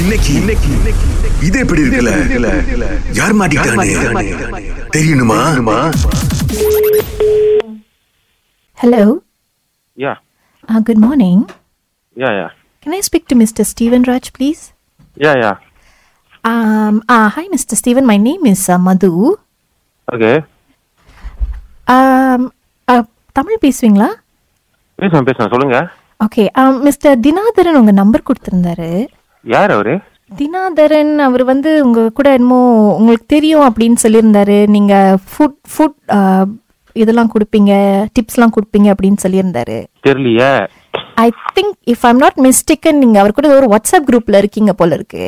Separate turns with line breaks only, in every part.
இன்னைக்கு இன்னைக்கு இது எப்படி இருக்குல்ல யார் மாட்டிக்கிட்டானே தெரியணுமா
Hello.
Yeah,
Uh, good morning.
yeah, yeah,
Can I speak to Mr. Steven Raj, please?
yeah, yeah.
Um, uh, hi, Mr. Steven. My name is uh, Madhu.
Okay.
Um, uh, Tamil பேசுவீங்களா
பேசுங்க பேசுங்க சொல்லுங்க
ஓகே மிஸ்டர் um, தினாதரன் உங்கள் number கொடுத்துருந்தாரு
யார் அவரு
தினாதரன் அவர் வந்து உங்கள் கூட என்னமோ உங்களுக்கு தெரியும் அப்படின்னு சொல்லியிருந்தாரு நீங்கள் ஃபுட் ஃபுட் uh, இதெல்லாம் கொடுப்பீங்க டிப்ஸ்லாம் கொடுப்பீங்க அப்படின்னு சொல்லியிருந்தாரு
தெரியலையே
I think if I'm not mistaken நீங்கள் அவர் கூட ஒரு வாட்ஸ்அப் குரூப்பில் இருக்கீங்க போல இருக்கு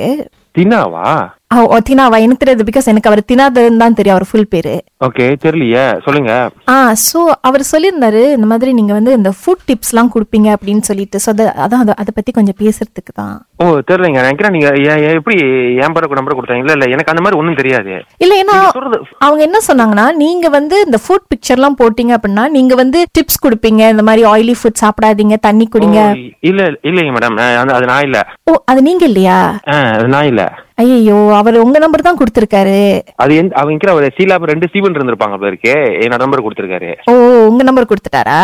தினாவா
அவ- அவ தினாவா எனக்கு தெரியாது பிகாஸ் எனக்கு அவர் தினாதரன் தான் தெரியும் அவர் ஃபுல் பேரு
ஓகே தெரியலையே சொல்லுங்க
ஆ ஸோ அவர் சொல்லியிருந்தாரு இந்த மாதிரி நீங்கள் வந்து இந்த ஃபுட் டிப்ஸ்லாம் கொடுப்பீங்க அப்படின்னு சொல்லிட்டு ஸோ அதை அதான் அதை- அதை பற்றி கொஞ்சம் பேசுறதுக்கு தான்
ஓ தெரியலைங்க நினைக்கிறேன் நீங்க ஏ- ஏ- எப்படி என் பேர நம்பர் கொடுத்தாங்க இல்ல இல்ல எனக்கு அந்த மாதிரி ஒண்ணும் தெரியாது
இல்லை ஏன்னா
நீங்க சொல்றது
அவங்க என்ன சொன்னாங்கன்னா நீங்க வந்து இந்த ஃபுட் பிக்சர்லாம் போட்டீங்க அப்படின்னா நீங்க வந்து டிப்ஸ் கொடுப்பீங்க இந்த மாதிரி ஆயிலி ஃபுட் சாப்பிடாதீங்க தண்ணி குடிங்க
ஓ, இல்ல இல்லைங்க மேடம் அது நான் இல்ல
ஓ அது நீங்க இல்லையா
ஆ, அது நான் இல்ல
ஐயோ அவர் உங்க நம்பர் தான் கொடுத்துருக்காரு
அது எந்த அவங்க ஒரு சீலாப் ரெண்டு சீவன் இருந்திருப்பாங்க போல இருக்கே என்னோட நம்பர் கொடுத்துருக்காரு
ஓ உங்க நம்பர் கொடுத்துட்டாரா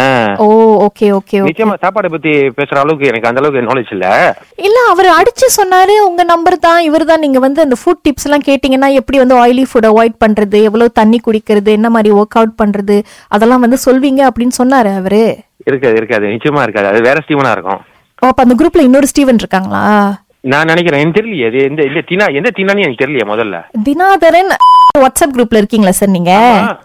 ஆ.
ஓ ஓகே ஓகே ஓகே
நிச்சயமா சாப்பாடை பத்தி பேசுற அளவுக்கு எனக்கு அந்த அளவுக்கு நாலேஜ் இல்ல
இல்ல அவர் அடிச்சு சொன்னாரு உங்க நம்பர் தான் இவர் தான் நீங்க வந்து அந்த ஃபுட் டிப்ஸ் எல்லாம் கேட்டீங்கன்னா எப்படி வந்து ஆயிலி ஃபுட் அவாய்ட் பண்றது எவ்வளவு தண்ணி குடிக்கிறது என்ன மாதிரி ஒர்க் அவுட் பண்றது அதெல்லாம் வந்து சொல்வீங்க அப்படின்னு சொன்னாரு அவரு
இருக்காது இருக்காது நிச்சயமா இருக்காது அது வேற ஸ்டீவனா இருக்கும்
ஓ, அப்ப அந்த குரூப்ல இன்னொரு ஸ்டீவன் இருக்காங்களா
நான் நினைக்கிறேன் எனக்கு தெரியலையே அது எந்த இல்ல தினா எந்த தினான்னு எனக்கு தெரியலையே முதல்ல
தினாதரன் வாட்ஸ்அப் குரூப்ல இருக்கீங்களா சார் நீங்க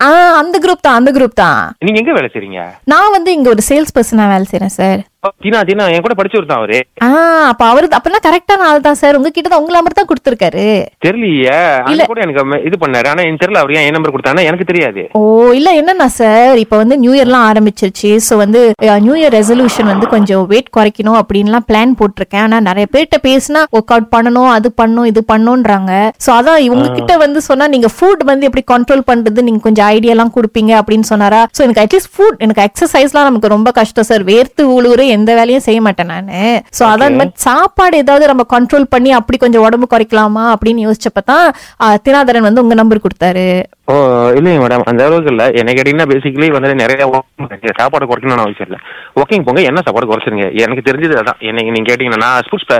ஆ அந்த குரூப் தான் அந்த குரூப் தான்
நீங்க எங்க வேலை செய்றீங்க
நான் வந்து இங்க ஒரு சேல்ஸ் பர்சனா வேலை செய்றேன் சார்
ஓ, தினா தினா என் கூட படிச்சவர் தான் அவரு
ஆ அப்ப அவரு அப்பனா கரெக்டான ஆள் தான் சார் உங்ககிட்ட தான் உங்க நம்பர் தான் கொடுத்துருக்காரு
தெரியலையே அங்க கூட எனக்கு ம- இது பண்ணாரு ஆனா எனக்கு தெரியல அவர் ஏன் என் நம்பர் கொடுத்தாருன்னா எனக்கு தெரியாது
ஓ இல்ல என்னன்னா சார் இப்ப வந்து நியூ இயர்லாம் ஆரம்பிச்சிருச்சு ஸோ வந்து நியூ இயர் ரெசல்யூஷன் வந்து கொஞ்சம் weight குறைக்கணும் அப்படின்லாம் பிளான் போட்டிருக்கேன் ஆனா நிறைய பேர்கிட்ட பேசினா ஒர்க் அவுட் பண்ணணும் அது பண்ணணும் இது பண்ணணும்ன்றாங்க ஸோ அதான் இவங்க கிட்ட வந்து சொன்னா நீங்க ஃபுட் வந்து எப்படி கண்ட்ரோல் பண்றது நீங்க கொஞ்சம் ஐடியாலாம் கொடுப்பீங்க அப்படின்னு சொன்னாரா ஸோ எனக்கு அட்லீஸ்ட் ஃபுட் எனக்கு எக்ஸசைஸ்லாம் நமக்கு ரொம்ப கஷ்டம் சார் வேர்த்து உழுவுற எந்த வேலையும் செய்ய மாட்டேன் நானு ஸோ அதான் இந்த மாதிரி சாப்பாடு ஏதாவது நம்ம கண்ட்ரோல் பண்ணி அப்படி கொஞ்சம் உடம்பு குறைக்கலாமா அப்படின்னு யோசிச்சப்ப தான் தினாதரன் வந்து உங்க நம்பர் கொடுத்தாரு
ஓ இல்லைங்க மேடம் அந்த அளவுக்கு இல்ல என்ன கேட்டீங்கன்னா பேசிக்கலி வந்து நிறைய walking இருக்கு. சாப்பாடு குறைக்கணும்னு அவசியம் இல்ல வாக்கிங் போங்க என்ன சாப்பாடு குறைச்சிருங்க எனக்கு தெரிஞ்சது அதான் என்னைக்கு நீங்க கேட்டீங்கன்னா நான் ஸ்போர்ட்ஸ்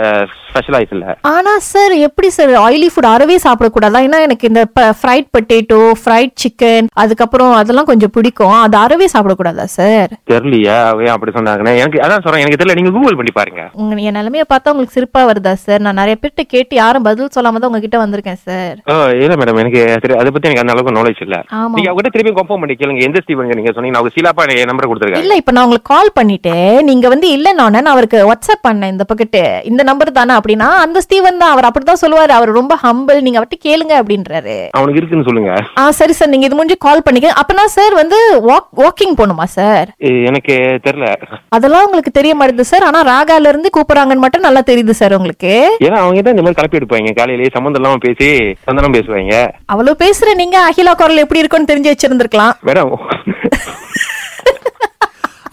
ஸ்பெஷலாயிஸ் இல்ல
ஆனா சார் எப்படி சார் ஆயிலி ஃபுட் அறவே சாப்பிடக்கூடாதா ஏன்னா எனக்கு இந்த ஃப்ரைட் பொட்டேட்டோ ஃப்ரைட் சிக்கன் அதுக்கப்புறம் அதெல்லாம் கொஞ்சம் பிடிக்கும் அது அறவே சாப்பிடக்கூடாதா சார்
தெரியலையே அவ ஏன் அப்படி சொன்னாங்கன்னா எனக்கு அதான் சொல்றேன் எனக்கு தெரியல நீங்க கூகுள் பண்ணி பாருங்க
உங்க என் நிலைமைய பார்த்தா உங்களுக்கு சிரிப்பா வருதா சார் நான் நிறைய பேர்கிட்ட கேட்டு யாரும் பதில் சொல்லாம தான் உங்ககிட்ட வந்திருக்கேன் சார்
ஓ இல்ல மேடம் எனக்கு தெரிய- அதை பத்தி எனக்கு அந்த அளவுக்கு நாலேஜ் இல்ல
ஆமா.
நீங்க அவங்ககிட்ட திருப்பி கன்ஃபார்ம் பண்ணி கேளுங்க எந்த ஸ்டீவன் நீங்க சொன்னீங்க அவங்க சீலாப்பா எனக்கு நம்பர் கொடுத்துருக்காங்க
இல்ல இப்ப நான் உங்களுக்கு கால் பண்ணிட்டு நீங்க வந்து இல்லைன்னு நான் அவருக்கு வாட்ஸ்அப் பண்ணேன் இந்த பக்கத்து இந்த நம்பர் தானே அப்படின்னா அந்த ஸ்டீவன் தான் அவர் அப்படித்தான் சொல்லுவாரு அவர் ரொம்ப ஹம்பிள் நீங்க அவர்கிட்ட கேளுங்க அப்படின்றாரு
அவனுக்கு இருக்குன்னு சொல்லுங்க
ஆ சரி சார் நீங்க இது முடிஞ்சு கால் பண்ணிக்க அப்பனா சார் வந்து வாக் வாக்கிங் போகணுமா சார்
இது எனக்கு தெரியல
அதெல்லாம் உங்களுக்கு தெரிய மாட்டேங்குது சார் ஆனா ராகால இருந்து கூப்பிடுறாங்கன்னு மட்டும் நல்லா தெரியுது சார் உங்களுக்கு
ஏன்னா அவங்க தான் இந்த மாதிரி கலப்பி எடுப்பாங்க காலையிலேயே சம்மந்தம் இல்லாம பேசி சந்தனம் பேசுவாங்க
அவ்வளவு பேசுற நீங்க அகிலா குரல் எப்படி இருக்கும்னு தெரிஞ்சு வச்சிருந்திருக்கலாம்
மேடம்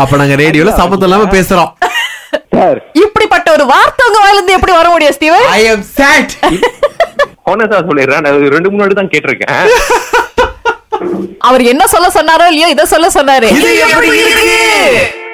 அப்ப நாங்க ரேடியோல சபத்தம் இல்லாம பேசுறோம்
சார்
இப்படிப்பட்ட ஒரு வார்த்தை உங்க வாயில இருந்து எப்படி வர முடியும் ஸ்டீவன்
ஐ அம் சேட்
ஹோனஸா சொல்லிடுறேன் நான் இது ரெண்டு மூணு தான் கேட்டிருக்கேன்
அவர் என்ன சொல்ல சொன்னாரோ இல்லையோ இதை சொல்ல சொன்னாரு
இது எப்படி இருக்கு